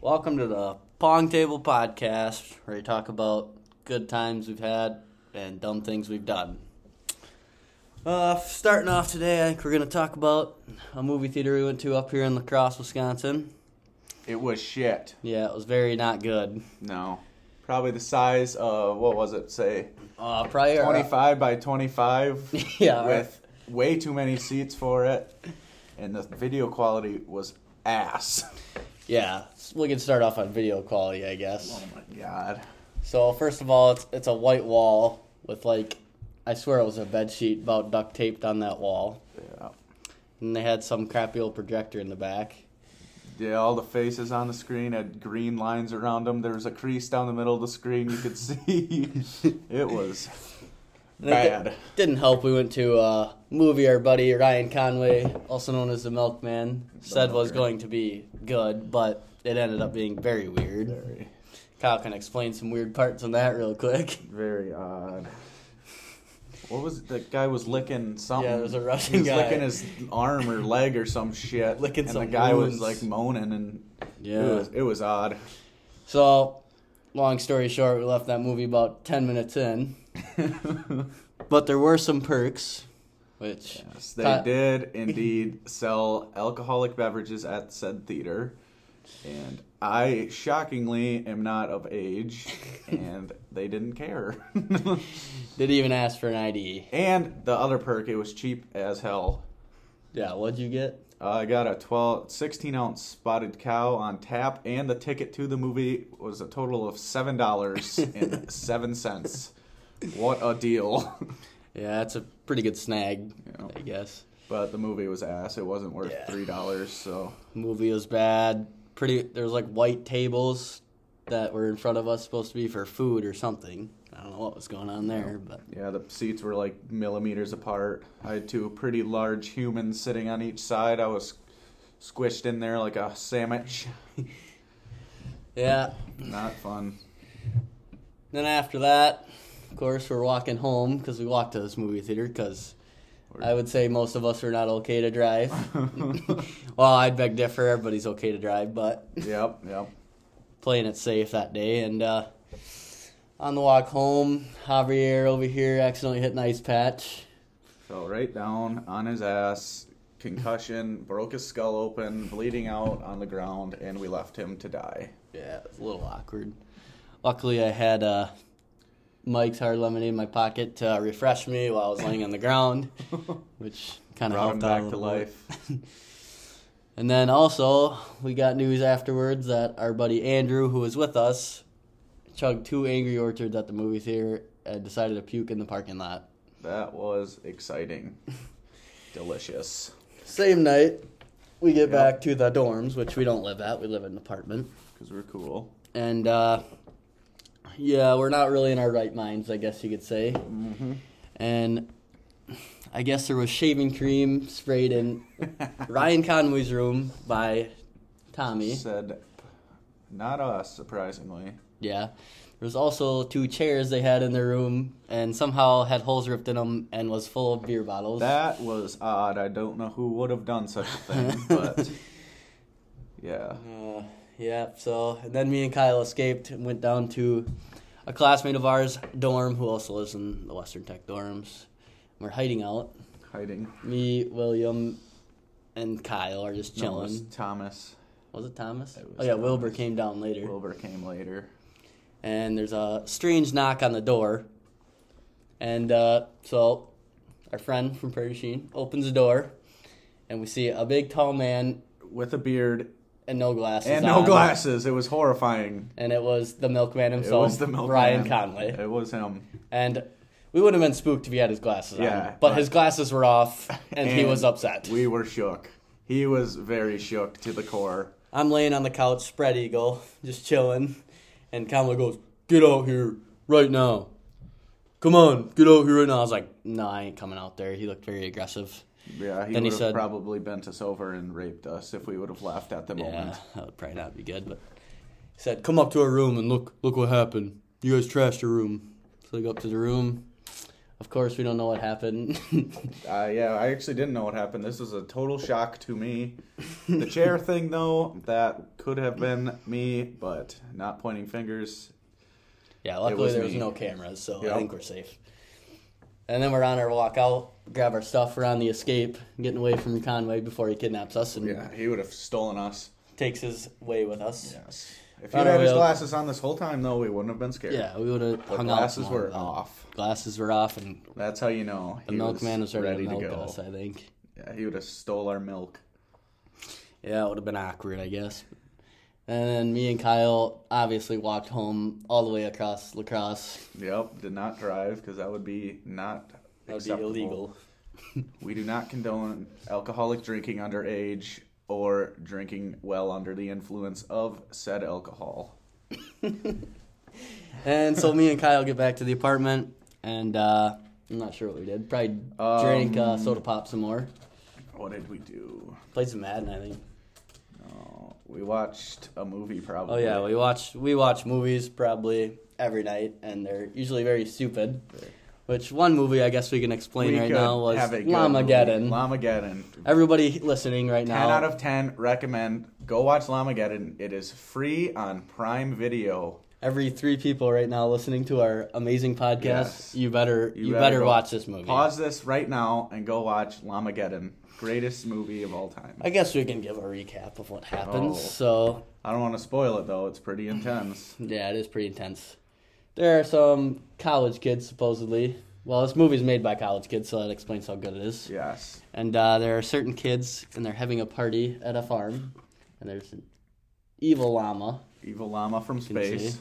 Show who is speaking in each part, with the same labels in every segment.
Speaker 1: Welcome to the Pong Table Podcast, where we talk about good times we've had and dumb things we've done. Uh, starting off today, I think we're going to talk about a movie theater we went to up here in La Crosse, Wisconsin.
Speaker 2: It was shit.
Speaker 1: Yeah, it was very not good.
Speaker 2: No. Probably the size of what was it? Say
Speaker 1: Uh, prior
Speaker 2: twenty five by twenty five.
Speaker 1: Yeah,
Speaker 2: With way too many seats for it, and the video quality was ass.
Speaker 1: Yeah, we can start off on video quality, I guess.
Speaker 2: Oh my god.
Speaker 1: So first of all, it's it's a white wall with like, I swear it was a bed sheet about duct taped on that wall,
Speaker 2: Yeah.
Speaker 1: and they had some crappy old projector in the back.
Speaker 2: Yeah, all the faces on the screen had green lines around them. There was a crease down the middle of the screen you could see. it was
Speaker 1: And it di-
Speaker 2: bad.
Speaker 1: didn't help. We went to a movie our buddy Ryan Conway, also known as the Milkman, said was
Speaker 2: Milker.
Speaker 1: going to be good, but it ended up being very weird.
Speaker 2: Very,
Speaker 1: Kyle can explain some weird parts on that real quick.
Speaker 2: very odd. What was it? That guy was licking something.
Speaker 1: Yeah, there was a Russian
Speaker 2: he was
Speaker 1: guy.
Speaker 2: licking his arm or leg or some shit.
Speaker 1: Licking
Speaker 2: and the
Speaker 1: some
Speaker 2: guy
Speaker 1: wounds.
Speaker 2: was like moaning and
Speaker 1: Yeah.
Speaker 2: it was it was odd.
Speaker 1: So, long story short, we left that movie about 10 minutes in. but there were some perks, which.
Speaker 2: Yes, they
Speaker 1: Cut.
Speaker 2: did indeed sell alcoholic beverages at said theater. And I shockingly am not of age, and they didn't care.
Speaker 1: Did even ask for an ID.
Speaker 2: and the other perk, it was cheap as hell.
Speaker 1: Yeah, what'd you get?
Speaker 2: Uh, I got a 12, 16 ounce spotted cow on tap, and the ticket to the movie was a total of $7.07. what a deal.
Speaker 1: Yeah, that's a pretty good snag,
Speaker 2: Yeah.
Speaker 1: I guess.
Speaker 2: but the movie was ass. It wasn't worth
Speaker 1: Yeah.
Speaker 2: $3, so.
Speaker 1: Movie was bad. Pretty. There was like white tables that were in front of us, supposed to be for food or something. I don't know what was going on there, but
Speaker 2: Yeah, the seats were like millimeters apart. I had two pretty large humans sitting on each side. I was squished in there like a sandwich.
Speaker 1: yeah.
Speaker 2: Not fun.
Speaker 1: Then after that, of course, we're walking home because we walked to this movie theater because I would say most of us are not okay to drive. well, I'd beg differ. Everybody's okay to drive, but
Speaker 2: Yep, yep.
Speaker 1: playing it safe that day. And uh, on the walk home, Javier over here accidentally hit an ice patch.
Speaker 2: Fell right down on his ass, concussion, broke his skull open, bleeding out on the ground, and we left him to die.
Speaker 1: Yeah, it was a little awkward. Luckily, I had uh, Mike's hard lemonade in my pocket to uh, refresh me while I was laying on the ground, which kind of
Speaker 2: Brought him
Speaker 1: helped out a
Speaker 2: back to
Speaker 1: little bit.
Speaker 2: life.
Speaker 1: And then also, we got news afterwards that our buddy Andrew, who was with us, chugged two Angry Orchards at the movie theater and decided to puke in the parking lot.
Speaker 2: That was exciting. Delicious.
Speaker 1: Same night, we get
Speaker 2: Yep.
Speaker 1: back to the dorms, which we don't live at, we live in an apartment.
Speaker 2: Because we're cool.
Speaker 1: And, uh, yeah, we're not really in our right minds, I guess you could say.
Speaker 2: Mm-hmm.
Speaker 1: And I guess there was shaving cream sprayed in Ryan Conway's room by Tommy.
Speaker 2: Said, not us, surprisingly.
Speaker 1: Yeah. There was also two chairs they had in their room, and somehow had holes ripped in them and was full of beer bottles.
Speaker 2: That was odd. I don't know who would have done such a thing, but yeah.
Speaker 1: Uh, yeah. So and then me and Kyle escaped and went down to a classmate of ours' dorm, who also lives in the Western Tech dorms. We're hiding out.
Speaker 2: Hiding.
Speaker 1: Me, William, and Kyle are just
Speaker 2: No, it
Speaker 1: chilling.
Speaker 2: was
Speaker 1: was,
Speaker 2: Thomas.
Speaker 1: it Thomas?
Speaker 2: It was
Speaker 1: oh yeah, Wilbur
Speaker 2: Thomas.
Speaker 1: came down later.
Speaker 2: Wilbur came later.
Speaker 1: and there's a strange knock on the door. And uh, so our friend from Prairie Sheen opens the door, and we see a big tall man
Speaker 2: With a beard
Speaker 1: and no glasses.
Speaker 2: and no
Speaker 1: on.
Speaker 2: glasses. It was horrifying.
Speaker 1: And it was the milkman
Speaker 2: It
Speaker 1: himself,
Speaker 2: was the milkman.
Speaker 1: Ryan Conley.
Speaker 2: It was him.
Speaker 1: And we would have been spooked if he had his glasses on.
Speaker 2: Yeah,
Speaker 1: But,
Speaker 2: but-
Speaker 1: his glasses were off, and, he was upset.
Speaker 2: We were shook. He was very shook to the core.
Speaker 1: I'm laying on the couch, spread eagle, just chilling. And Kamala goes, Get out here right now. Come on, get out here right now. I was like, No, I ain't coming out there. He looked very aggressive.
Speaker 2: Yeah, he
Speaker 1: Then he
Speaker 2: would have
Speaker 1: said-
Speaker 2: probably bent us over and raped us if we would have laughed at the
Speaker 1: Yeah,
Speaker 2: moment.
Speaker 1: uh, that would probably not be good. But he said, "Come up to our room and look. Look what happened. You guys trashed your room." So they go up to the room. Of course, we don't know what happened.
Speaker 2: Uh, yeah, I actually didn't know what happened. This was a total shock to me. The chair thing, though, that could have been me, but not pointing fingers.
Speaker 1: yeah, luckily
Speaker 2: was
Speaker 1: there was
Speaker 2: me.
Speaker 1: no cameras, so
Speaker 2: Yep.
Speaker 1: I think we're safe. And then we're on our walk out, grab our stuff, we're on the escape, getting away from Conway before he kidnaps us and
Speaker 2: Yeah, he would have stolen us.
Speaker 1: takes his way with us.
Speaker 2: Yes. If he
Speaker 1: Thought
Speaker 2: had
Speaker 1: I
Speaker 2: his
Speaker 1: will.
Speaker 2: glasses on this whole time, though, we wouldn't have been scared.
Speaker 1: Yeah, we would have
Speaker 2: The
Speaker 1: hung
Speaker 2: glasses
Speaker 1: out. more,
Speaker 2: were
Speaker 1: but
Speaker 2: off.
Speaker 1: Glasses were off, and
Speaker 2: That's how you know
Speaker 1: the milkman was ready, to milk us. I think.
Speaker 2: Yeah, he would have stole our milk.
Speaker 1: Yeah, it would have been awkward, I guess. And then me and Kyle obviously walked home all the way across lacrosse.
Speaker 2: Yep, did not drive because that would be not
Speaker 1: That would be
Speaker 2: acceptable.
Speaker 1: illegal.
Speaker 2: We do not condone alcoholic drinking underage or drinking well under the influence of said alcohol.
Speaker 1: And so me and Kyle get back to the apartment, and uh, I'm not sure what we did. Probably drank uh,
Speaker 2: Um,
Speaker 1: soda pop some more.
Speaker 2: What did we do?
Speaker 1: Played some Madden, I think.
Speaker 2: Oh, we watched a movie probably.
Speaker 1: Oh yeah, we watch we watch movies probably every night, and they're usually very stupid. Which one movie I guess we can explain right
Speaker 2: could
Speaker 1: now was
Speaker 2: have a good
Speaker 1: Lamageddon.
Speaker 2: movie. Lamageddon.
Speaker 1: Everybody listening right
Speaker 2: 10
Speaker 1: now,
Speaker 2: out of 10 recommend. Go watch Lamageddon. It is free on Prime Video.
Speaker 1: every three people right now listening to our amazing podcast,
Speaker 2: Yes.
Speaker 1: you better you, better,
Speaker 2: go-
Speaker 1: watch this movie.
Speaker 2: Pause this right now and go watch Lamageddon. Greatest movie of all time.
Speaker 1: I guess we can give a recap of what happens.
Speaker 2: Oh.
Speaker 1: So
Speaker 2: I don't want to spoil it though. It's pretty intense.
Speaker 1: yeah, it is pretty intense. There are some college kids supposedly. Well, this movie's made by college kids, so that explains how good it is.
Speaker 2: Yes.
Speaker 1: And uh, there are certain kids, and they're having a party at a farm, and there's an evil llama.
Speaker 2: Evil llama from space.
Speaker 1: see.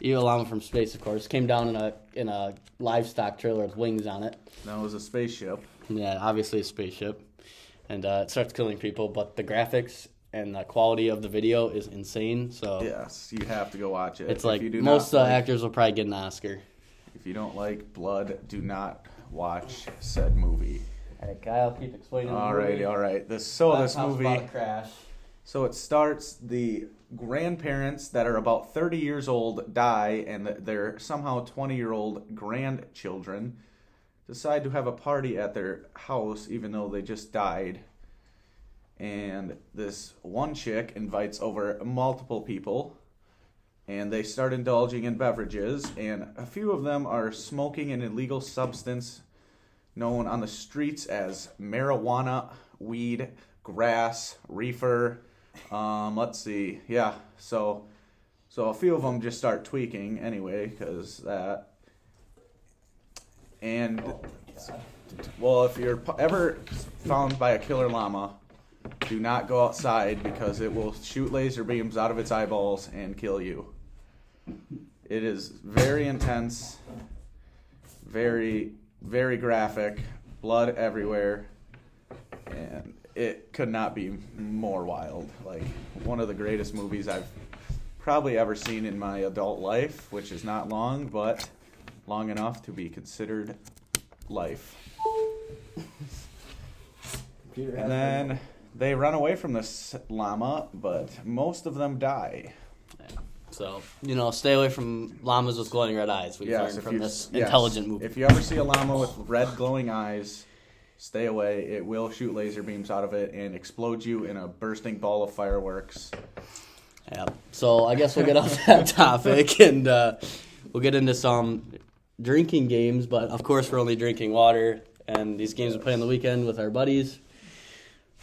Speaker 1: Evil llama from space, of course, came down in a in a livestock trailer with wings on it.
Speaker 2: That was a spaceship.
Speaker 1: Yeah, obviously a spaceship, and uh, it starts killing people. But the graphics and the quality of the video is insane. So
Speaker 2: Yes, you have to go watch it.
Speaker 1: it's
Speaker 2: If
Speaker 1: like
Speaker 2: you do
Speaker 1: most
Speaker 2: not
Speaker 1: uh,
Speaker 2: like-
Speaker 1: actors will probably get an Oscar.
Speaker 2: If you don't like blood, do not watch said movie.
Speaker 1: All right, Kyle, keep explaining.
Speaker 2: All right, all right. This so this movie.
Speaker 1: crash.
Speaker 2: So it starts the grandparents that are about 30 years old die, and th- their somehow 20 year old grandchildren decide to have a party at their house, even though they just died. And this one chick invites over multiple people, and they start indulging in beverages, and a few of them are smoking an illegal substance known on the streets as marijuana, weed, grass, reefer. Um, let's see. Yeah. So, so a few of them just start tweaking anyway, because that. And, well, if you're p- ever found by a killer llama, do not go outside because it will shoot laser beams out of its eyeballs and kill you. It is very intense very very graphic blood everywhere and it could not be more wild like one of the greatest movies i've probably ever seen in my adult life which is not long but long enough to be considered life and then they run away from this llama but most of them die
Speaker 1: So you know, stay away from llamas with glowing red eyes. We've
Speaker 2: Yes,
Speaker 1: learned
Speaker 2: if
Speaker 1: from
Speaker 2: you-
Speaker 1: this
Speaker 2: yes.
Speaker 1: intelligent movie.
Speaker 2: If you ever see a llama with red glowing eyes, stay away. It will shoot laser beams out of it and explode you in a bursting ball of fireworks.
Speaker 1: Yeah. So I guess we'll get off that topic and uh, we'll get into some drinking games. But of course, we're only drinking water, and these games we play on the weekend with our buddies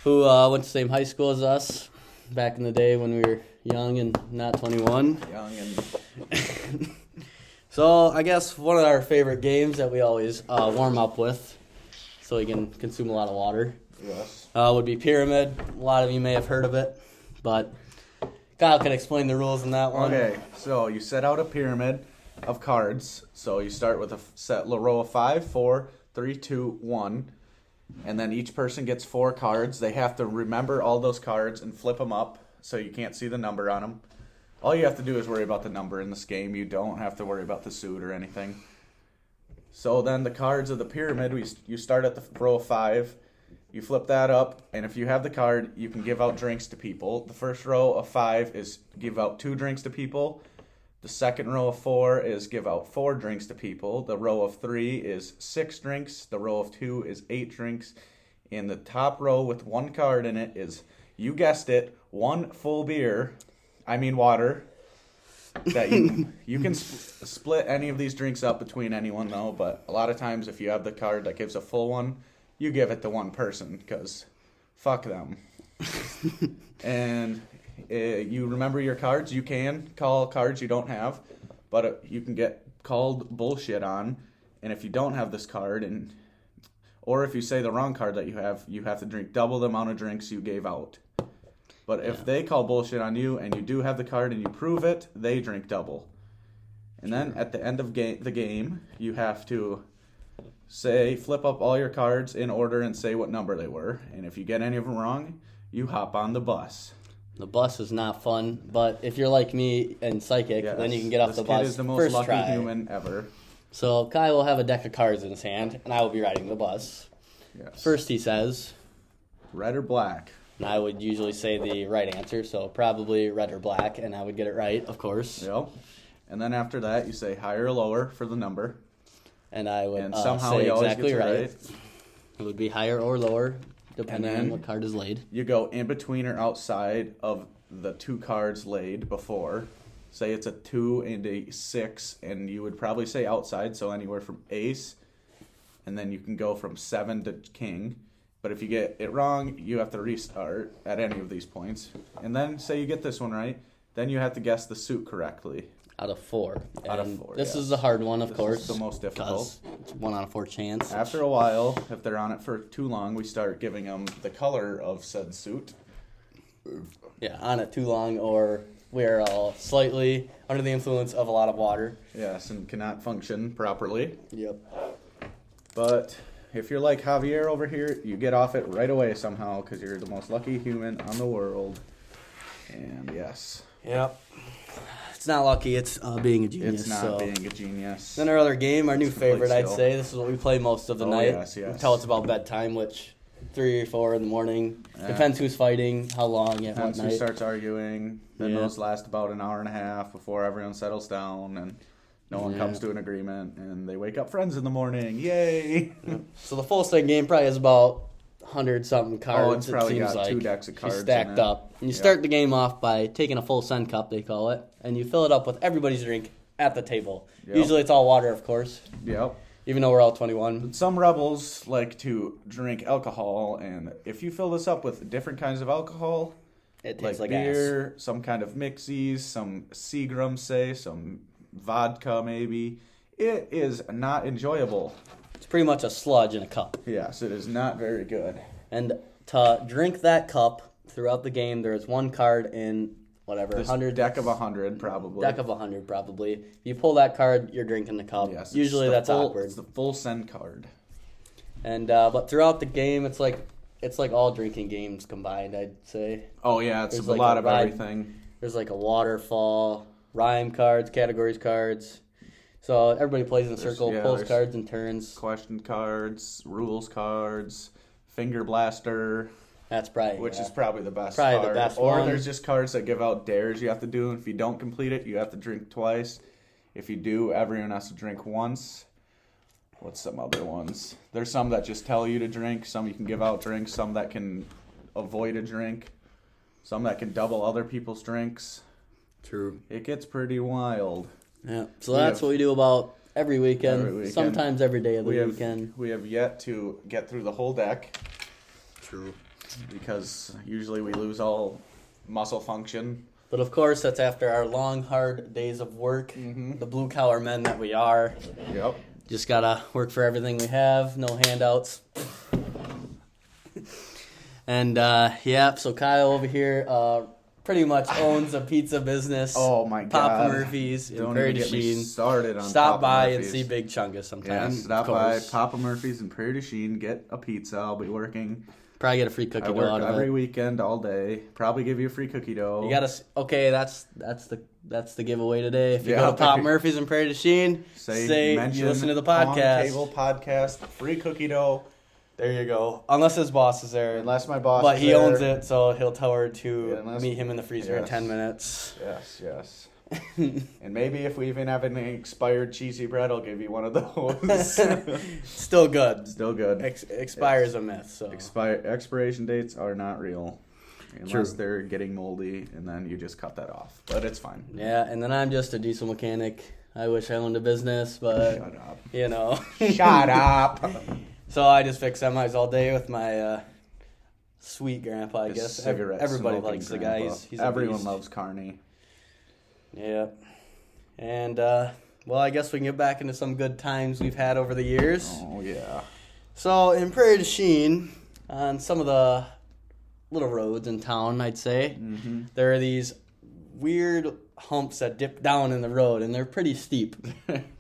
Speaker 1: who uh, went to the same high school as us back in the day when we were young and not 21.
Speaker 2: Young and
Speaker 1: So I guess one of our favorite games that we always uh, warm up with, so we can consume a lot of water.
Speaker 2: yes.
Speaker 1: uh, would be Pyramid. A lot of you may have heard of it, but Kyle can explain the rules in that one.
Speaker 2: Okay, so you set out a pyramid of cards. So you start with a f- set a row of five, four, three, two, one, and then each person gets four cards. They have to remember all those cards and flip them up so you can't see the number on them. All you have to do is worry about the number in this game. You don't have to worry about the suit or anything. So then the cards of the pyramid, we you start at the row of five, you flip that up, and if you have the card, you can give out drinks to people. The first row of five is give out two drinks to people. The second row of four is give out four drinks to people. The row of three is six drinks. The row of two is eight drinks. And the top row with one card in it is, you guessed it, one full beer, I mean water. That you, you can sp- split any of these drinks up between anyone though, but a lot of times if you have the card that gives a full one, you give it to one person because fuck them. and uh, you remember your cards. You can call cards you don't have, but uh, you can get called bullshit on. And if you don't have this card, and or if you say the wrong card that you have, you have to drink double the amount of drinks you gave out. But if they call bullshit on you and you do have the card and you prove it, they drink double. And then at the end of ga- the game, you have to say flip up all your cards in order and say what number they were. And if you get any of them wrong, you hop on the bus.
Speaker 1: The bus is not fun, but if you're like me and psychic,
Speaker 2: Yes.
Speaker 1: then you can get off
Speaker 2: this
Speaker 1: the
Speaker 2: kid
Speaker 1: bus
Speaker 2: is the most
Speaker 1: first
Speaker 2: lucky
Speaker 1: try.
Speaker 2: human ever.
Speaker 1: So Kai will have a deck of cards in his hand, and I will be riding the bus.
Speaker 2: Yes.
Speaker 1: First, he says,
Speaker 2: Red or black?
Speaker 1: and I would usually say the right answer, so probably red or black, and I would get it right, of course.
Speaker 2: Yep. And then after that, you say higher or lower for the number.
Speaker 1: And I would
Speaker 2: And
Speaker 1: uh,
Speaker 2: somehow
Speaker 1: say
Speaker 2: he always
Speaker 1: exactly
Speaker 2: gets it
Speaker 1: right.
Speaker 2: right.
Speaker 1: It would be higher or lower, depending
Speaker 2: And then-
Speaker 1: on what card is laid.
Speaker 2: You go in between or outside of the two cards laid before. Say it's a two and a six, and you would probably say outside, so anywhere from ace, and then you can go from seven to king. But if you get it wrong, you have to restart at any of these points. And then say you get this one right, then you have to guess the suit correctly.
Speaker 1: Out of four.
Speaker 2: Out of
Speaker 1: And
Speaker 2: four,
Speaker 1: This
Speaker 2: yes.
Speaker 1: is the hard one, of
Speaker 2: This is
Speaker 1: course.
Speaker 2: the most difficult.
Speaker 1: 'cause It's one out of four chance.
Speaker 2: After a while, if they're on it for too long, we start giving them the color of said suit.
Speaker 1: yeah, on it too long, or we're all slightly under the influence of a lot of water.
Speaker 2: Yes, and cannot function properly.
Speaker 1: Yep.
Speaker 2: But if you're like Javier over here, you get off it right away somehow because you're the most lucky human on the world. And yes,
Speaker 1: Yep. It's not lucky. It's uh, being a genius.
Speaker 2: it's not
Speaker 1: so.
Speaker 2: being a genius.
Speaker 1: Then our other game, our new
Speaker 2: play
Speaker 1: favorite, I'd
Speaker 2: still.
Speaker 1: say. This is what we play most of the
Speaker 2: Oh,
Speaker 1: night
Speaker 2: yes, yes.
Speaker 1: until it's about bedtime, which three or four in the morning
Speaker 2: Yeah.
Speaker 1: depends who's fighting, how long, at
Speaker 2: Once
Speaker 1: what
Speaker 2: who
Speaker 1: night.
Speaker 2: starts arguing, then
Speaker 1: Yeah.
Speaker 2: those last about an hour and a half before everyone settles down and no one
Speaker 1: Yeah.
Speaker 2: comes to an agreement, and they wake up friends in the morning. Yay!
Speaker 1: So the full set game probably has about hundred something cards.
Speaker 2: Oh, it's probably
Speaker 1: it seems
Speaker 2: got
Speaker 1: like.
Speaker 2: two decks of
Speaker 1: She's
Speaker 2: cards in
Speaker 1: stacked
Speaker 2: it.
Speaker 1: up. And you
Speaker 2: Yeah.
Speaker 1: start the game off by taking a full sun cup, they call it, and you fill it up with everybody's drink at the table.
Speaker 2: Yep.
Speaker 1: Usually it's all water, of course,
Speaker 2: yep.
Speaker 1: even though we're all twenty one.
Speaker 2: Some rebels like to drink alcohol, and if you fill this up with different kinds of alcohol,
Speaker 1: It
Speaker 2: like,
Speaker 1: tastes like, ass.
Speaker 2: beer, some kind of mixies, some Seagram, say, some vodka, maybe. It is not enjoyable.
Speaker 1: It's pretty much a sludge in a cup.
Speaker 2: Yes, it is not very good.
Speaker 1: And to drink that cup throughout the game, there is one card in whatever
Speaker 2: This
Speaker 1: hundred
Speaker 2: deck of a hundred, probably.
Speaker 1: deck of hundred probably. You pull that card, you're drinking the cup.
Speaker 2: Yes, it's
Speaker 1: Usually
Speaker 2: the
Speaker 1: that's
Speaker 2: full-
Speaker 1: awkward.
Speaker 2: It's the full send card.
Speaker 1: And uh, but throughout the game, it's like it's like all drinking games combined. I'd say
Speaker 2: Oh yeah, it's
Speaker 1: There's
Speaker 2: a
Speaker 1: like
Speaker 2: lot
Speaker 1: a
Speaker 2: of
Speaker 1: ride-
Speaker 2: everything.
Speaker 1: there's like a waterfall, rhyme cards, categories cards. So everybody plays in a circle,
Speaker 2: yeah,
Speaker 1: pulls
Speaker 2: there's-
Speaker 1: cards and turns.
Speaker 2: Question cards, rules cards, finger blaster,
Speaker 1: That's probably
Speaker 2: which
Speaker 1: yeah.
Speaker 2: is probably the best.
Speaker 1: Probably the
Speaker 2: card.
Speaker 1: best
Speaker 2: Or
Speaker 1: one.
Speaker 2: there's just cards that give out dares you have to do, and if you don't complete it, you have to drink twice. If you do, everyone has to drink once. What's some other ones? There's some that just tell you to drink. Some you can give out drinks. Some that can avoid a drink. Some that can double other people's drinks.
Speaker 1: true.
Speaker 2: It gets pretty wild.
Speaker 1: Yeah. So that's
Speaker 2: have-
Speaker 1: what we do about every weekend,
Speaker 2: Every weekend.
Speaker 1: sometimes every day of the
Speaker 2: We have
Speaker 1: weekend.
Speaker 2: we have yet to get through the whole deck
Speaker 1: True.
Speaker 2: because usually we lose all muscle function.
Speaker 1: But of course, that's after our long, hard days of work.
Speaker 2: Mm-hmm.
Speaker 1: The blue collar men that we are.
Speaker 2: Yep.
Speaker 1: Just gotta work for everything we have. No handouts. and uh, yeah, so Kyle over here uh, pretty much owns a pizza business.
Speaker 2: Oh my god.
Speaker 1: Papa Murphy's in
Speaker 2: Don't
Speaker 1: Prairie
Speaker 2: even
Speaker 1: du
Speaker 2: get me
Speaker 1: Chien.
Speaker 2: started on
Speaker 1: Stop
Speaker 2: Papa
Speaker 1: by
Speaker 2: Murphy's.
Speaker 1: and see Big Chungus sometime.
Speaker 2: Yeah, stop
Speaker 1: of
Speaker 2: by
Speaker 1: course.
Speaker 2: Papa Murphy's in Prairie du Chien. Get a pizza. I'll be working.
Speaker 1: Probably get a free cookie
Speaker 2: I
Speaker 1: dough out
Speaker 2: work
Speaker 1: of
Speaker 2: every
Speaker 1: it.
Speaker 2: weekend, all day. Probably give you a free cookie dough.
Speaker 1: You gotta s- okay. That's that's the that's the giveaway today. If you
Speaker 2: Yeah.
Speaker 1: go to Pop Murphy's in Prairie du Chien, say, you listen to the podcast.
Speaker 2: Pong Table podcast. Free cookie dough.
Speaker 1: There you go. Unless his boss is there,
Speaker 2: Unless my boss.
Speaker 1: but
Speaker 2: is
Speaker 1: he
Speaker 2: there.
Speaker 1: owns it, so he'll tell her to
Speaker 2: Yeah, unless-
Speaker 1: meet him in the freezer in
Speaker 2: Yes.
Speaker 1: ten minutes.
Speaker 2: Yes, yes. and maybe if we even have an expired cheesy bread, I'll give you one of those.
Speaker 1: Still good.
Speaker 2: Still good.
Speaker 1: Ex- expires a myth. So
Speaker 2: Expire expiration dates are not real, unless
Speaker 1: True.
Speaker 2: they're getting moldy, and then you just cut that off. But it's fine.
Speaker 1: yeah, and then I'm just a diesel mechanic. I wish I owned a business, but
Speaker 2: Shut up.
Speaker 1: you know.
Speaker 2: Shut up.
Speaker 1: So I just fix semis all day with my uh, sweet grandpa. I guess Ev-
Speaker 2: Cigarette
Speaker 1: everybody
Speaker 2: smoking
Speaker 1: likes the guy.
Speaker 2: grandpa.
Speaker 1: He's, he's a
Speaker 2: Everyone
Speaker 1: beast.
Speaker 2: loves Carney.
Speaker 1: Yeah. And uh, well, I guess we can get back into some good times we've had over the years.
Speaker 2: Oh yeah.
Speaker 1: So in Prairie du Chien, on some of the little roads in town, I'd say
Speaker 2: Mm-hmm.
Speaker 1: there are these weird humps that dip down in the road, and they're pretty steep.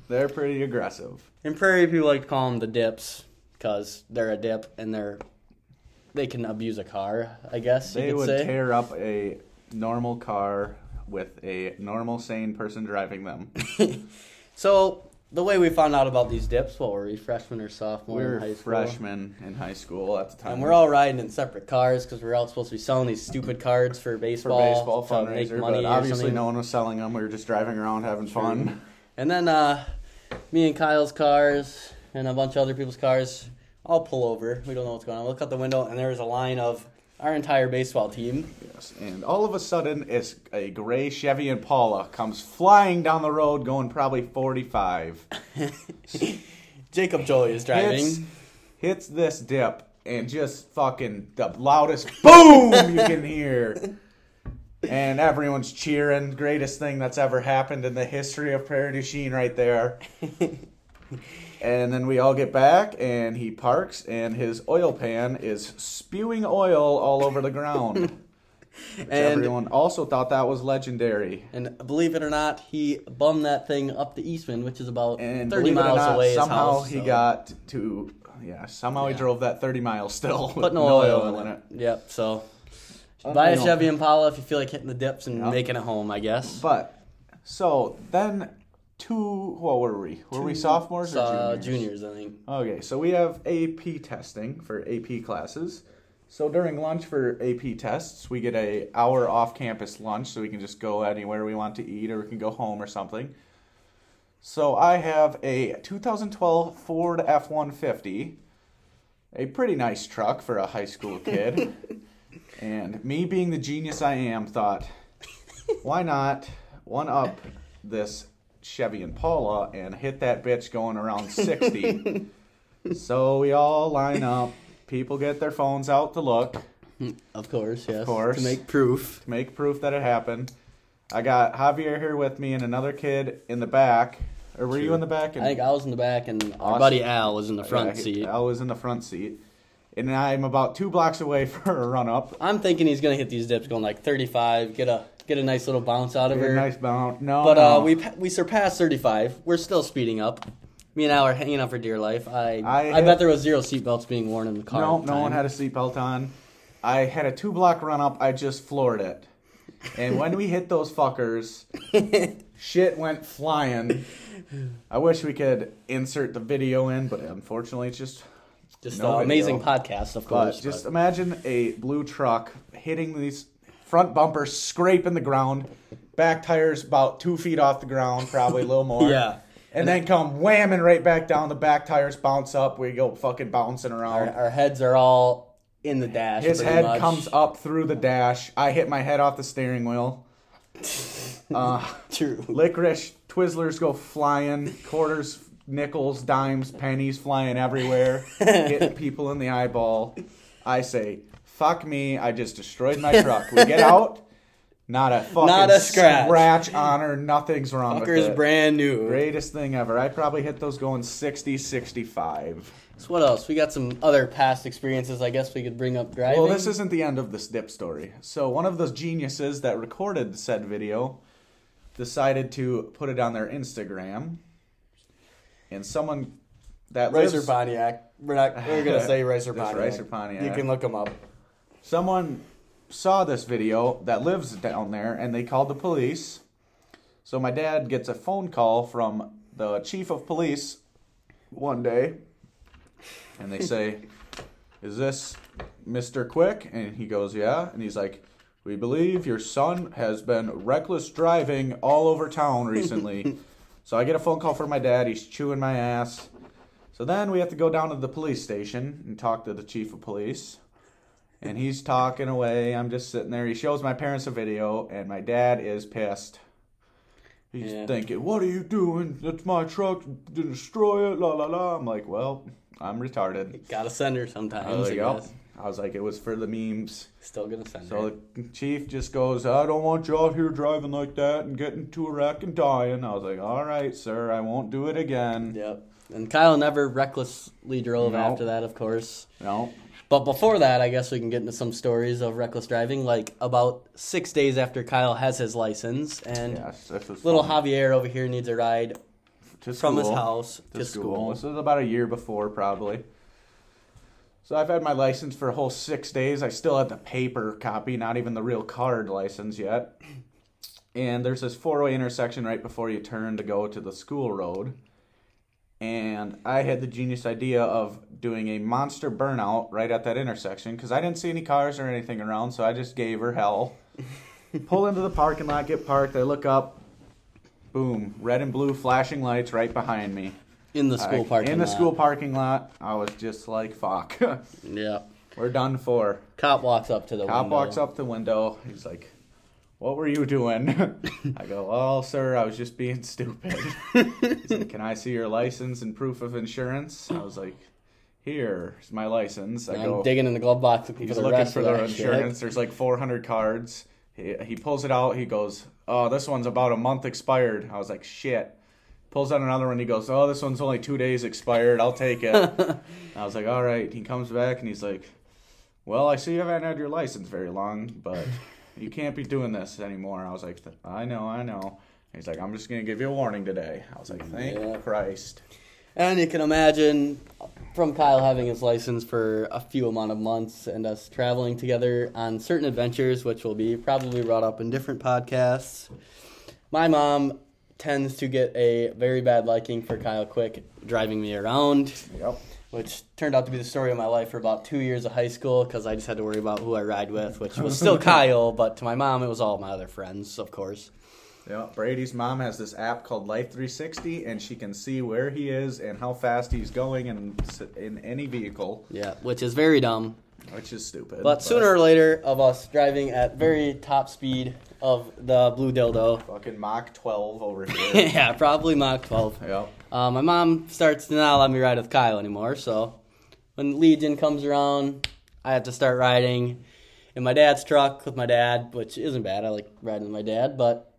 Speaker 2: They're pretty aggressive.
Speaker 1: In Prairie, people like to call them the dips because they're a dip and they're they can abuse a car. I guess
Speaker 2: They
Speaker 1: you could
Speaker 2: would
Speaker 1: say.
Speaker 2: tear up a normal car with a normal sane person driving them.
Speaker 1: so the way we found out about these dips, what were we, freshmen or sophomore
Speaker 2: we were
Speaker 1: in high school?
Speaker 2: freshmen in high school at the time.
Speaker 1: And we're all riding in separate cars because we're all supposed to be selling these stupid cards for
Speaker 2: for
Speaker 1: baseball,
Speaker 2: baseball
Speaker 1: to make
Speaker 2: fundraiser,
Speaker 1: money
Speaker 2: but
Speaker 1: or
Speaker 2: obviously
Speaker 1: something.
Speaker 2: no one was selling them. We were just driving around having fun.
Speaker 1: And then uh, me and Kyle's cars and a bunch of other people's cars all pull over. We don't know what's going on. Look out the window, and there's a line of our entire baseball team.
Speaker 2: Yes, and all of a sudden, it's a gray Chevy Impala comes flying down the road, going probably 45.
Speaker 1: Jacob Joey is driving.
Speaker 2: Hits, hits this dip and just fucking the loudest boom you can hear. And everyone's cheering. Greatest thing that's ever happened in the history of Prairie du Chien right there. and then we all get back, and he parks, and his oil pan is spewing oil all over the ground. Which
Speaker 1: And-
Speaker 2: everyone also thought that was legendary.
Speaker 1: And believe it or not, he bummed that thing up to Eastman, which is about
Speaker 2: And
Speaker 1: 30
Speaker 2: believe it or
Speaker 1: miles
Speaker 2: not,
Speaker 1: away. his
Speaker 2: somehow
Speaker 1: house,
Speaker 2: he
Speaker 1: so-
Speaker 2: got to yeah. Somehow he
Speaker 1: Yeah.
Speaker 2: drove that thirty miles still, with
Speaker 1: But no oil, in it. Yep, so. Buy a
Speaker 2: Unreal.
Speaker 1: Chevy Impala if you feel like hitting the dips and
Speaker 2: Yeah.
Speaker 1: making it home, I guess.
Speaker 2: But so then two. What were we? Were we sophomores or
Speaker 1: Uh,
Speaker 2: juniors?
Speaker 1: juniors, I think.
Speaker 2: Okay, so we have AP testing for AP classes. So during lunch for AP tests, we get a hour off campus lunch, so we can just go anywhere we want to eat, or we can go home or something. So I have a 2012 Ford F150, a pretty nice truck for a high school kid. and me being the genius I am, thought, why not one up this Chevy Impala and hit that bitch going around 60? so we all line up. People get their phones out to look,
Speaker 1: Of course, yes.
Speaker 2: course.
Speaker 1: To make proof.
Speaker 2: to make proof that it happened. I got Javier here with me and another kid in the back. Or were you
Speaker 1: True.
Speaker 2: in the back?
Speaker 1: I
Speaker 2: And
Speaker 1: think I was in the back, and our
Speaker 2: Austin-
Speaker 1: buddy Al was in the front
Speaker 2: Yeah, he-
Speaker 1: seat.
Speaker 2: I was in the front seat. And I'm about two blocks away for a run up.
Speaker 1: I'm thinking he's gonna hit these dips going like 35, get a get a nice little bounce out of
Speaker 2: Get a
Speaker 1: her.
Speaker 2: nice bounce. No,
Speaker 1: but uh,
Speaker 2: no.
Speaker 1: we pa- we surpassed 35. We're still speeding up. Me and Al are hanging out for dear life. I I,
Speaker 2: I
Speaker 1: bet
Speaker 2: hit-
Speaker 1: there was zero seatbelts being worn in the car.
Speaker 2: No,
Speaker 1: at the
Speaker 2: no one
Speaker 1: time.
Speaker 2: had a seatbelt on. I had a two block run up. I just floored it. And when we hit those fuckers, shit went flying. I wish we could insert the video in, but unfortunately, it's just.
Speaker 1: just
Speaker 2: no
Speaker 1: uh, amazing
Speaker 2: video.
Speaker 1: podcast, of
Speaker 2: But
Speaker 1: course.
Speaker 2: just imagine a blue truck hitting these front bumpers, scraping the ground, back tires about two feet off the ground, probably a little more.
Speaker 1: Yeah.
Speaker 2: And then come whamming right back down. The back tires bounce up. We go fucking bouncing around.
Speaker 1: our, our heads are all in the dash.
Speaker 2: His
Speaker 1: pretty
Speaker 2: head
Speaker 1: much.
Speaker 2: comes up through the dash. I hit my head off the steering wheel. Uh,
Speaker 1: True.
Speaker 2: licorice Twizzlers go flying. Quarters, nickels, dimes, pennies flying everywhere. Hitting people in the eyeball. I say, "Fuck me! I just destroyed my truck." We get out. Not a fucking
Speaker 1: Not a scratch.
Speaker 2: scratch on her. Nothing's wrong with
Speaker 1: Fucker's
Speaker 2: it.
Speaker 1: brand new.
Speaker 2: Greatest thing ever. I probably hit those going 60, 65.
Speaker 1: So what else? We got some other past experiences. I guess we could bring up driving.
Speaker 2: Well, this isn't the end of this dip story. So, one of those geniuses that recorded said video decided to put it on their Instagram, and someone that
Speaker 1: Racer
Speaker 2: lives,
Speaker 1: Pontiac. We're not. We're gonna say Racer
Speaker 2: That's
Speaker 1: Pontiac.
Speaker 2: Racer Pontiac.
Speaker 1: You can look them up.
Speaker 2: someone saw this video that lives down there, and they called the police. So, my dad gets a phone call from the chief of police one day, and they say, Is this Mr. Quick? And he goes, Yeah. And he's like, We believe your son has been reckless driving all over town recently. so I get a phone call from my dad. He's chewing my ass. So then we have to go down to the police station and talk to the chief of police. And he's talking away. I'm just sitting there. He shows my parents a video, and my dad is pissed. He's
Speaker 1: Yeah.
Speaker 2: thinking, What are you doing? That's my truck. Destroy it. La la la. I'm like, Well, I'm retarded.
Speaker 1: Gotta send her
Speaker 2: I was
Speaker 1: sometimes. I
Speaker 2: like, "Yup."
Speaker 1: guess.
Speaker 2: I was like, It was for the memes.
Speaker 1: Still gonna send her.
Speaker 2: So the chief just goes, I don't want you out here driving like that and getting into a wreck and dying. I was like, all right, sir, I won't do it again.
Speaker 1: Yep. And Kyle never recklessly drove
Speaker 2: No.
Speaker 1: after that, of course.
Speaker 2: No.
Speaker 1: But before that, I guess we can get into some stories of reckless driving. Like about six days after Kyle has his license, and
Speaker 2: Yes, this was
Speaker 1: little
Speaker 2: fun.
Speaker 1: Javier over here needs a ride
Speaker 2: To
Speaker 1: from his
Speaker 2: school.
Speaker 1: house to,
Speaker 2: to school.
Speaker 1: school.
Speaker 2: This was about a year before, probably. So I've had my license for a whole six days. I still had the paper copy, not even the real card license yet. And there's this four way intersection right before you turn to go to the school road. And I had the genius idea of doing a monster burnout right at that intersection because I didn't see any cars or anything around, so I just gave her hell. Pull into the parking lot, get parked. I look up, boom, red and blue flashing lights right behind me.
Speaker 1: In the school
Speaker 2: Like,
Speaker 1: parking
Speaker 2: in the
Speaker 1: lot.
Speaker 2: school parking lot. I was just like, "Fuck,
Speaker 1: Yeah.
Speaker 2: we're done for."
Speaker 1: Cop walks up to the
Speaker 2: Cop
Speaker 1: window.
Speaker 2: walks up the window. He's like, "What were you doing?" I go, "Well, sir, I was just being stupid." He's like, "Can I see your license and proof of insurance?" I was like, "Here's my license." I
Speaker 1: and
Speaker 2: go,
Speaker 1: I'm digging in the glove box looking
Speaker 2: He's
Speaker 1: for the
Speaker 2: looking
Speaker 1: rest
Speaker 2: for
Speaker 1: of
Speaker 2: their
Speaker 1: that shit.
Speaker 2: insurance. There's like 400 cards. He, he pulls it out. He goes, "Oh, this one's about a month expired." I was like, "Shit." Pulls out another one. He goes, "Oh, this one's only two days expired. I'll take it." I was like, "All right." He comes back and he's like, "Well, I see you haven't had your license very long, but you can't be doing this anymore." I was like, "I know, I know." He's like, "I'm just gonna give you a warning today." I was like, "Thank
Speaker 1: Yeah.
Speaker 2: Christ."
Speaker 1: And you can imagine from Kyle having his license for a few amount of months and us traveling together on certain adventures, which will be probably brought up in different podcasts. My mom tends to get a very bad liking for Kyle Quick driving me around,
Speaker 2: Yep.
Speaker 1: which turned out to be the story of my life for about two years of high school because I just had to worry about who I ride with, which was still Kyle, but to my mom, it was all my other friends, of course.
Speaker 2: Yeah, Brady's mom has this app called Life 360, and she can see where he is and how fast he's going in in any vehicle,
Speaker 1: Yeah, which is very dumb.
Speaker 2: which is stupid.
Speaker 1: But sooner or later, of us driving at very top speed of the blue dildo.
Speaker 2: fucking Mach 12 over here.
Speaker 1: yeah, probably Mach 12.
Speaker 2: yep.
Speaker 1: Uh, my mom starts to not let me ride with Kyle anymore, so when Legion comes around, I have to start riding in my dad's truck with my dad, which isn't bad. I like riding with my dad, but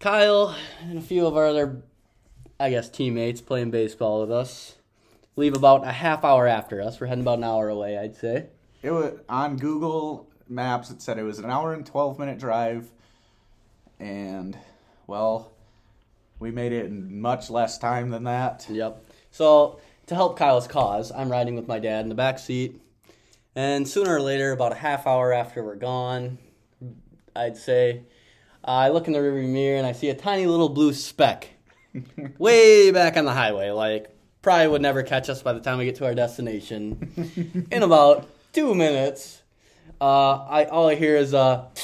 Speaker 1: Kyle and a few of our other, I guess, teammates playing baseball with us leave about a half hour after us. We're heading about an hour away, I'd say.
Speaker 2: It was on Google Maps. It said it was an hour and 12 minute drive, and well, we made it in much less time than that.
Speaker 1: Yep. So to help Kyle's cause, I'm riding with my dad in the back seat, and sooner or later, about a half hour after we're gone, I'd say, I look in the rearview mirror and I see a tiny little blue speck, way back on the highway. Like probably would never catch us by the time we get to our destination. in about two minutes, uh, I all I hear is uh, a,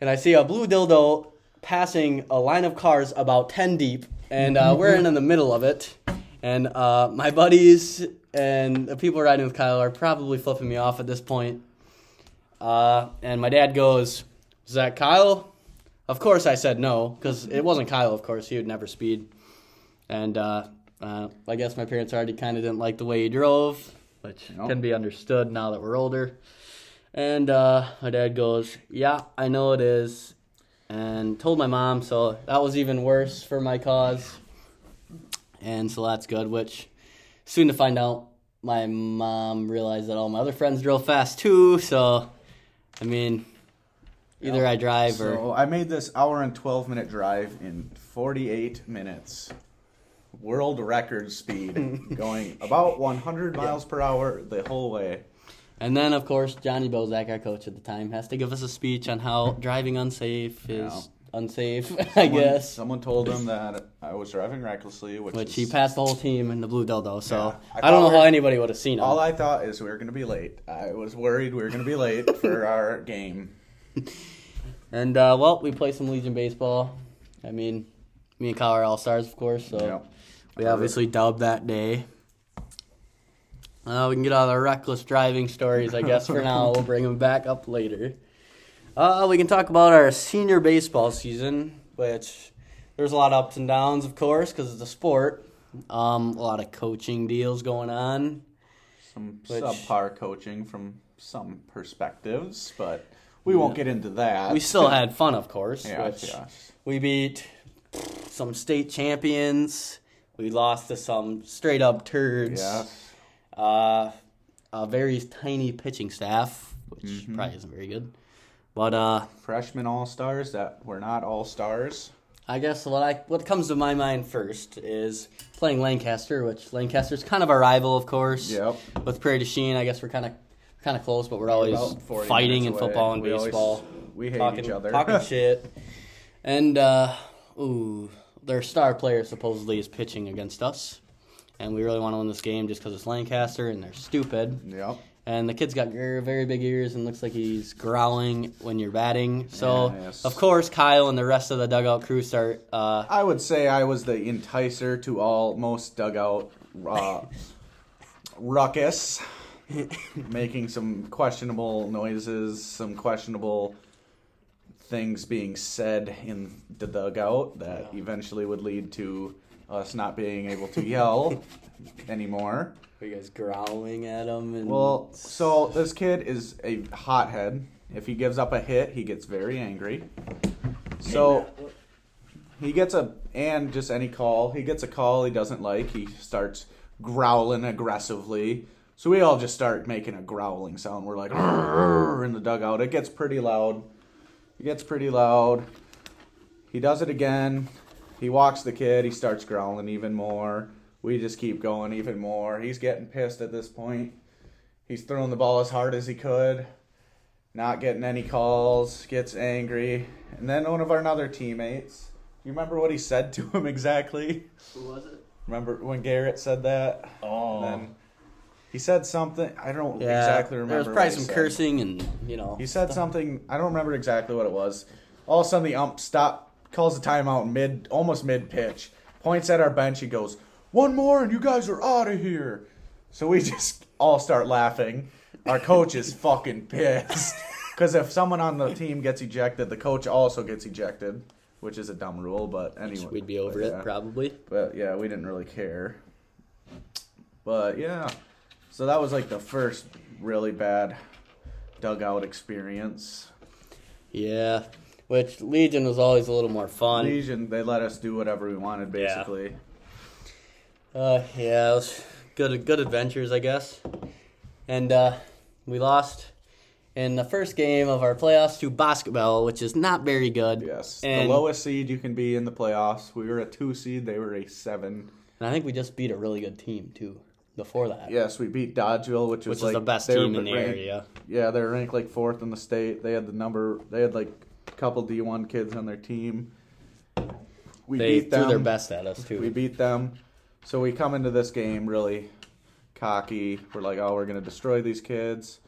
Speaker 1: and I see a blue dildo passing a line of cars about ten deep, and uh, we're in, in the middle of it. And uh, my buddies and the people riding with Kyle are probably flipping me off at this point. Uh, and my dad goes, "Is that Kyle?" Of course, I said no because it wasn't Kyle. Of course, he would never speed. And uh, uh, I guess my parents already kind of didn't like the way he drove, which
Speaker 2: Nope.
Speaker 1: can be understood now that we're older. And uh, my dad goes, "Yeah, I know it is," and told my mom. So that was even worse for my cause. And so that's good. Which soon to find out, my mom realized that all my other friends drove fast too. So, I mean, either I drive or
Speaker 2: So I made this hour and 12 minute drive in 48 minutes. World record speed, going about 100 miles per hour the whole way.
Speaker 1: And then, of course, Johnny Bozak, our coach at the time, has to give us a speech on how driving unsafe is unsafe, I
Speaker 2: Someone-
Speaker 1: guess.
Speaker 2: Someone told him that I was driving recklessly, which,
Speaker 1: Which he
Speaker 2: is,
Speaker 1: passed the whole team in the blue dildo, so
Speaker 2: Yeah. I
Speaker 1: I, don't know
Speaker 2: thought we-
Speaker 1: how anybody would have seen him.
Speaker 2: all I thought is we were going to be late. I was worried we were going to be late for our game.
Speaker 1: and uh, well, we play some Legion baseball. I mean, me and Kyle are all stars, of course. So
Speaker 2: Yeah.
Speaker 1: we obviously dubbed that day. Uh, we can get all the reckless driving stories, I guess, for now. We'll bring them back up later. Uh, we can talk about our senior baseball season, which there's a lot of ups and downs, of course, because it's a sport. Um, a lot of coaching deals going on.
Speaker 2: Some
Speaker 1: Which-
Speaker 2: subpar coaching from some perspectives, but we won't get into that.
Speaker 1: We still had fun, of course.
Speaker 2: Yeah,
Speaker 1: which
Speaker 2: yeah.
Speaker 1: We beat some state champions. We lost to some straight up turds.
Speaker 2: Yeah.
Speaker 1: Uh, a very tiny pitching staff, which
Speaker 2: Mm-hmm.
Speaker 1: probably isn't very good. But uh,
Speaker 2: Freshman all stars that were not all stars.
Speaker 1: I guess what I what comes to my mind first is playing Lancaster, which Lancaster's kind of a rival, of course.
Speaker 2: Yep.
Speaker 1: With Prairie du Chien, I guess we're kind of kind of close, but we're always
Speaker 2: About 40
Speaker 1: fighting
Speaker 2: minutes
Speaker 1: in
Speaker 2: away.
Speaker 1: football and
Speaker 2: We always-
Speaker 1: baseball.
Speaker 2: we hate
Speaker 1: talking,
Speaker 2: each other.
Speaker 1: talking shit. And uh, ooh, their star player supposedly is pitching against us, and we really want to win this game just because it's Lancaster and they're stupid.
Speaker 2: Yep.
Speaker 1: And the kid's got gr- very big ears and looks like he's growling when you're batting. So
Speaker 2: Yes.
Speaker 1: of course Kyle and the rest of the dugout crew start. Uh,
Speaker 2: I would say I was the enticer to all most dugout uh, ruckus, making some questionable noises, some questionable things being said in the dugout that eventually would lead to us not being able to yell anymore.
Speaker 1: are you guys growling at him? And
Speaker 2: Well, so this kid is a hothead. If he gives up a hit, he gets very angry. So he gets a and just any call, he gets a call he doesn't like, he starts growling aggressively. So we all just start making a growling sound. We're like "Arr," in the dugout. It gets pretty loud. It gets pretty loud. He does it again. He walks the kid. He starts growling even more. We just keep going even more. He's getting pissed at this point. He's throwing the ball as hard as he could, not getting any calls, gets angry. And then one of our other teammates, you remember what he said to him exactly?
Speaker 1: who was it?
Speaker 2: Remember when Garrett said that?
Speaker 3: Oh.
Speaker 2: And then he said something. I don't
Speaker 1: Yeah,
Speaker 2: exactly remember.
Speaker 1: There was
Speaker 2: what
Speaker 1: probably
Speaker 2: he
Speaker 1: some
Speaker 2: said.
Speaker 1: cursing and you know.
Speaker 2: He said something. I don't remember exactly what it was. All of a sudden, the ump stop calls a timeout mid, almost mid pitch. Points at our bench. He goes, "One more, and you guys are out of here." So we just all start laughing. Our coach is fucking pissed because if someone on the team gets ejected, the coach also gets ejected, which is a dumb rule. But anyway,
Speaker 1: We'd be over
Speaker 2: but
Speaker 1: it
Speaker 2: yeah.
Speaker 1: probably.
Speaker 2: But yeah, we didn't really care. But yeah, so that was like the first really bad dugout experience.
Speaker 1: Yeah, which Legion was always a little more fun.
Speaker 2: Legion, they let us do whatever we wanted basically.
Speaker 1: Uh, yeah, it was good, good adventures, I guess. And uh, we lost in the first game of our playoffs to Basketball, which is not very good.
Speaker 2: Yes,
Speaker 1: and,
Speaker 2: the lowest seed you can be in the playoffs. We were a two seed; they were a seven.
Speaker 1: and I think we just beat a really good team too. Before that,
Speaker 2: Yes, we beat Dodgeville, which,
Speaker 1: which
Speaker 2: was like
Speaker 1: is the best
Speaker 2: they were
Speaker 1: team in the
Speaker 2: ranked-
Speaker 1: area.
Speaker 2: Yeah, they're ranked like fourth in the state. They had the number. They had like a couple D one kids on their team. We
Speaker 1: They
Speaker 2: beat
Speaker 1: threw
Speaker 2: them.
Speaker 1: their best at us too.
Speaker 2: We beat them. So we come into this game really cocky. We're like, oh, we're gonna destroy these kids.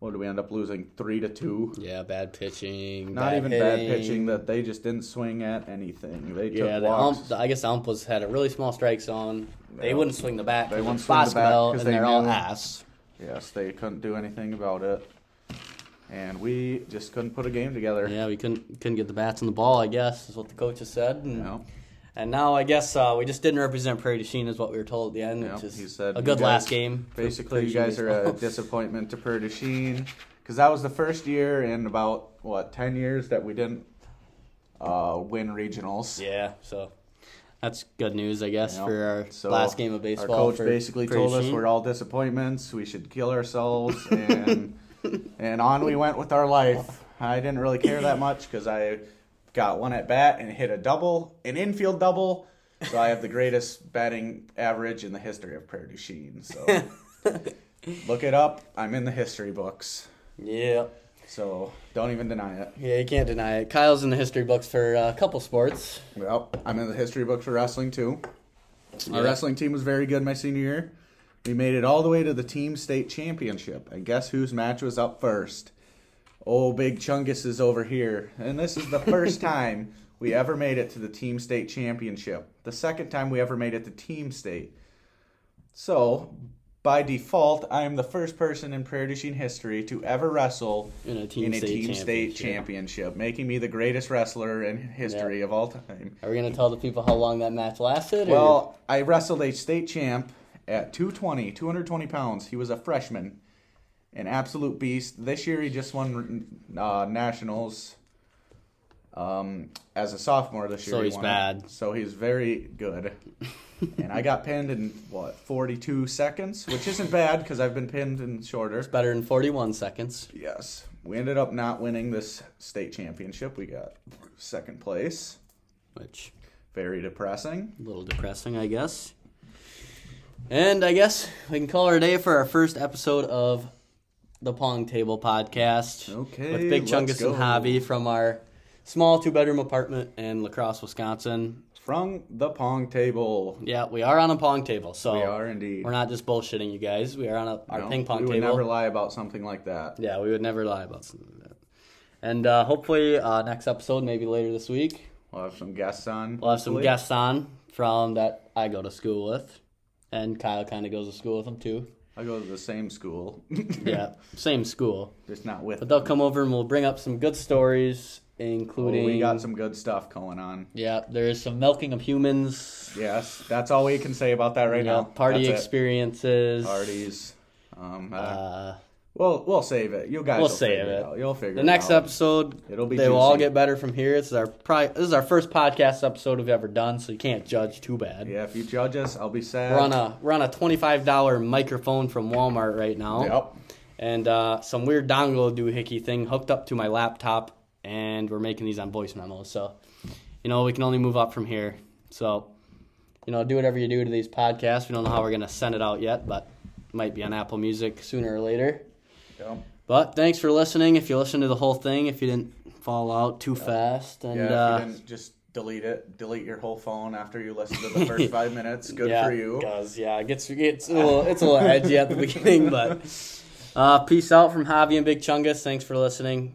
Speaker 2: What do we end up losing? Three to two.
Speaker 1: yeah, bad pitching.
Speaker 2: Not
Speaker 1: bad
Speaker 2: even bad
Speaker 1: hitting.
Speaker 2: pitching that they just didn't swing at anything. They took
Speaker 1: Yeah, the
Speaker 2: walks.
Speaker 1: ump, I guess the ump was had a really small strike zone. They
Speaker 2: Yeah.
Speaker 1: wouldn't swing the bat.
Speaker 2: They
Speaker 1: because
Speaker 2: wouldn't
Speaker 1: it's
Speaker 2: swing the bat
Speaker 1: Basketball,
Speaker 2: 'cause
Speaker 1: and
Speaker 2: they
Speaker 1: they're all
Speaker 2: knew.
Speaker 1: ass.
Speaker 2: yes, they couldn't do anything about it. And we just couldn't put a game together.
Speaker 1: Yeah, we couldn't couldn't get the bats on the ball. I guess is what the coaches said. And,
Speaker 2: You know?
Speaker 1: and now I guess uh, we just didn't represent Prairie du Chien, is what we were told at the end,
Speaker 2: Yeah,
Speaker 1: which is
Speaker 2: he said
Speaker 1: a
Speaker 2: you
Speaker 1: good
Speaker 2: guys-
Speaker 1: last game. for
Speaker 2: Basically,
Speaker 1: Prairie
Speaker 2: you
Speaker 1: du Chien
Speaker 2: guys are a
Speaker 1: baseball.
Speaker 2: disappointment to Purdue Sheen because that was the first year in about what ten years that we didn't uh, win regionals.
Speaker 1: yeah. So that's good news, I guess,
Speaker 2: you know?
Speaker 1: for our
Speaker 2: So
Speaker 1: last game of baseball.
Speaker 2: Our coach
Speaker 1: for
Speaker 2: basically
Speaker 1: Prairie
Speaker 2: told
Speaker 1: du
Speaker 2: us
Speaker 1: Chien.
Speaker 2: we're all disappointments. We should kill ourselves, and and on we went with our life. I didn't really care that much because I got one at bat and hit a double, an infield double. So I have the greatest batting average in the history of Prairie du Chien. So look it up. I'm in the history books.
Speaker 1: Yeah.
Speaker 2: So don't even deny it.
Speaker 1: Yeah, you can't deny it. Kyle's in the history books for a couple sports.
Speaker 2: Well, I'm in the history book for wrestling too. Our
Speaker 1: Yeah.
Speaker 2: wrestling team was very good my senior year. We made it all the way to the team state championship, and guess whose match was up first? Oh, Big Chungus is over here, and this is the first time we ever made it to the team state championship. The second time we ever made it to team state. So, by default, I am the first person in Prairie du Chien history to ever wrestle
Speaker 1: In a team
Speaker 2: in a
Speaker 1: state
Speaker 2: team state
Speaker 1: championship.
Speaker 2: championship, making me the greatest wrestler in history of all time.
Speaker 1: Are we gonna tell the people how long that match lasted? or-
Speaker 2: Well, I wrestled a state champ at 220, 220 pounds. He was a freshman, an absolute beast. This year, he just won uh, nationals um, as a sophomore. This year,
Speaker 1: So
Speaker 2: he
Speaker 1: he's
Speaker 2: won.
Speaker 1: bad.
Speaker 2: So he's very good. and I got pinned in what 42 seconds, which isn't bad because I've been pinned in shorter.
Speaker 1: better than 41 seconds.
Speaker 2: Yes, we ended up not winning this state championship. We got second place.
Speaker 1: Which
Speaker 2: Very depressing.
Speaker 1: a little depressing, I guess. And I guess we can call it a day for our first episode of the Pong Table Podcast.
Speaker 2: Okay,
Speaker 1: With Big
Speaker 2: let's
Speaker 1: Chungus
Speaker 2: go.
Speaker 1: and Hobby from our small two bedroom apartment in La Crosse, Wisconsin.
Speaker 2: From the pong table.
Speaker 1: Yeah, we are on a pong table, so
Speaker 2: We are indeed.
Speaker 1: Oh. we're not just bullshitting you guys. We are on a, our
Speaker 2: No,
Speaker 1: ping pong
Speaker 2: we
Speaker 1: table.
Speaker 2: would never lie about something like that.
Speaker 1: yeah, we would never lie about something like that. And uh, hopefully, uh, next episode, maybe later this week,
Speaker 2: We'll have some guests on.
Speaker 1: We'll have some
Speaker 2: hopefully.
Speaker 1: guests on from that I go to school with, and Kyle kind of goes to school with them too.
Speaker 2: I go to the same school,
Speaker 1: Yeah, same school.
Speaker 2: just not with.
Speaker 1: But they'll come over and we'll bring up some good stories,
Speaker 2: Well,
Speaker 1: including
Speaker 2: Oh, we got some good stuff going on.
Speaker 1: yeah, there is some milking of humans,
Speaker 2: Yes, that's all we can say about that right
Speaker 1: you know,
Speaker 2: now.
Speaker 1: party
Speaker 2: That's it.
Speaker 1: experiences,
Speaker 2: Parties. Um, uh,
Speaker 1: Uh,
Speaker 2: we'll we'll save it. You guys
Speaker 1: we'll
Speaker 2: will
Speaker 1: save
Speaker 2: figure
Speaker 1: it.
Speaker 2: out. You'll figure
Speaker 1: the
Speaker 2: it
Speaker 1: next
Speaker 2: out.
Speaker 1: episode,
Speaker 2: It'll be
Speaker 1: they will all
Speaker 2: juicy.
Speaker 1: get better from here. It's our pri- this is our first podcast episode we've ever done, so you can't judge too bad.
Speaker 2: Yeah, if you judge us, I'll be sad.
Speaker 1: We're on a we're on a twenty five dollar microphone from Walmart right now.
Speaker 2: Yep.
Speaker 1: and uh, some weird dongle doohickey thing hooked up to my laptop, and we're making these on voice memos. So, you know, we can only move up from here. So, you know, do whatever you do to these podcasts. We don't know how we're gonna send it out yet, but it might be on Apple Music sooner or later.
Speaker 2: Yep.
Speaker 1: But thanks for listening. If you listened to the whole thing, if you didn't fall out too fast, and
Speaker 2: Yeah,
Speaker 1: uh,
Speaker 2: if you didn't just delete it. Delete your whole phone after you listen to the first five minutes. Good
Speaker 1: yeah,
Speaker 2: for you.
Speaker 1: Cause yeah, it gets it's a little it's a little edgy at the beginning, but uh, peace out from Javi and Big Chungus. Thanks for listening.